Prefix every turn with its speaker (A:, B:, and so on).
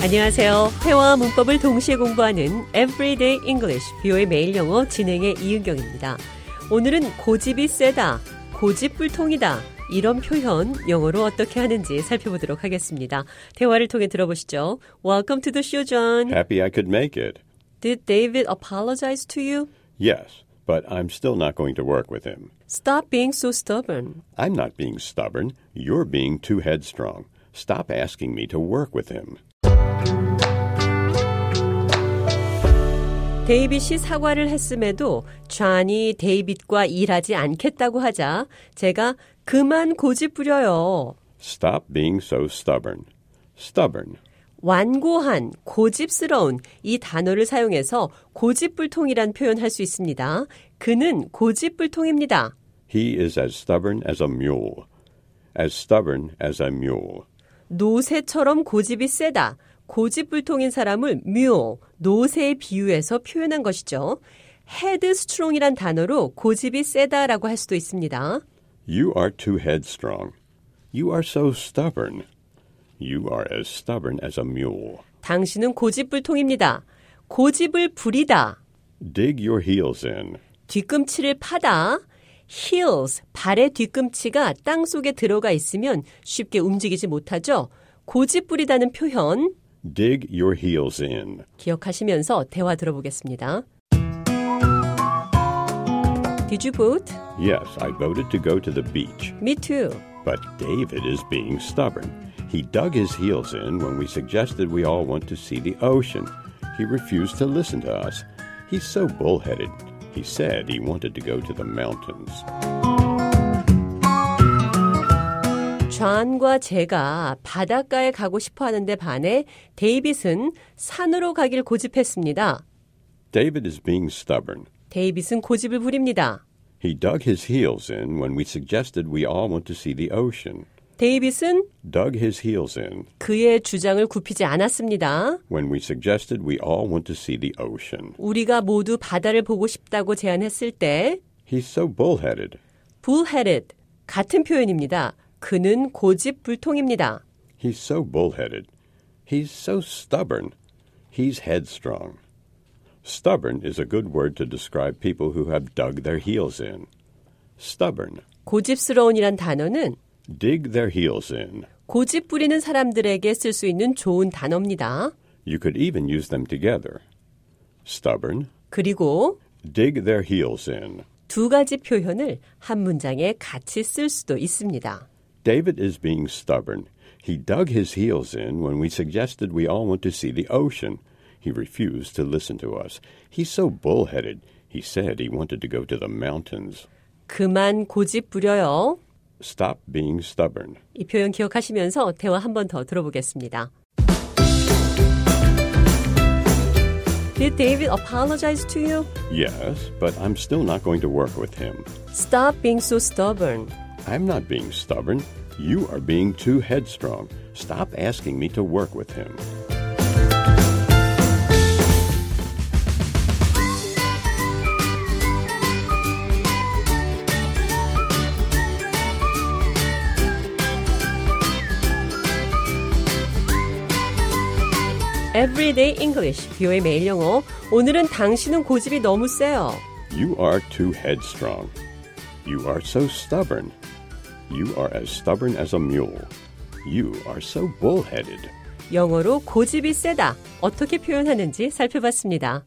A: 안녕하세요. 회화와 문법을 동시에 공부하는 Everyday English, 뷰의 매일 영어 진행의 이은경입니다. 오늘은 고집이 세다, 고집불통이다, 이런 표현 영어로 어떻게 하는지 살펴보도록 하겠습니다. 대화를 통해 들어보시죠. Welcome to the show, John.
B: Happy I could make it.
A: Did David apologize to you?
B: Yes, but I'm still not going to work with him.
A: Stop being so stubborn.
B: I'm not being stubborn. You're being too headstrong. Stop asking me to work with him.
A: 데이빗이 사과를 했음에도 존이 데이빗과 일하지 않겠다고 하자 제가 그만 고집 부려요.
B: Stop being so stubborn. Stubborn.
A: 완고한, 고집스러운 이 단어를 사용해서 고집불통이란 표현할 수 있습니다. 그는 고집불통입니다.
B: He is as stubborn as a mule. As stubborn as a mule.
A: 노새처럼 고집이 세다. 고집불통인 사람을 묘, 노새에 비유해서 표현한 것이죠. 헤드스트롱이란 단어로 고집이 세다라고 할 수도 있습니다.
B: You are too headstrong. You are so stubborn. You are as stubborn as a mule.
A: 당신은 고집불통입니다. 고집을 부리다,
B: Dig your heels in.
A: 뒤꿈치를 파다, heels, 발의 뒤꿈치가 땅 속에 들어가 있으면 쉽게 움직이지 못하죠. 고집 부리다는 표현
B: Dig your heels in.
A: 기억하시면서 대화 들어보겠습니다. Did you vote?
B: Yes, I voted to go to the beach,
A: Me too.
B: but David is being stubborn. He dug his heels in when we suggested we all want to see the ocean. He refused to listen to us. He's so bullheaded. He said he wanted to go to the mountains.
A: 존과 제가 바닷가에 가고 싶어 하는데 반해 데이빗은 산으로 가길 고집했습니다.
B: David is being stubborn.
A: 데이빗은 고집을 부립니다.
B: He dug his heels in when we suggested we all want to see the ocean.
A: 데이빗은
B: Dug his heels in
A: 그의 주장을 굽히지 않았습니다.
B: when we suggested we all want to see the ocean.
A: 우리가 모두 바다를 보고 싶다고 제안했을 때
B: He's so bullheaded.
A: bullheaded 같은 표현입니다. 그는 고집불통입니다.
B: He's so bullheaded. He's so stubborn. He's headstrong. Stubborn is a good word to describe people who have dug their heels in. Stubborn.
A: 고집스러운이란 단어는
B: Dig their heels in.
A: 고집 부리는 사람들에게 쓸 수 있는 좋은 단어입니다.
B: You could even use them together. Stubborn.
A: 그리고
B: Dig their heels in.
A: 두 가지 표현을 한 문장에 같이 쓸 수도 있습니다.
B: David is being stubborn. He dug his heels in when we suggested we all want to see the ocean. He refused to listen to us. He's so bullheaded. He said he wanted to go to the mountains.
A: 그만 고집 부려요.
B: Stop being stubborn.
A: 이 표현 기억하시면서 대화 한 번 더 들어보겠습니다. Did David apologize to you?
B: Yes, but I'm still not going to work with him.
A: Stop being so stubborn.
B: I'm not being stubborn. You are being too headstrong. Stop asking me to work with him.
A: Everyday English, 뷰의 매일 영어. 오늘은 당신은 고집이 너무 세요.
B: You are too headstrong. You are so stubborn. You are as stubborn as a mule. You are so bullheaded.
A: 영어로 고집이 세다. 어떻게 표현하는지 살펴봤습니다.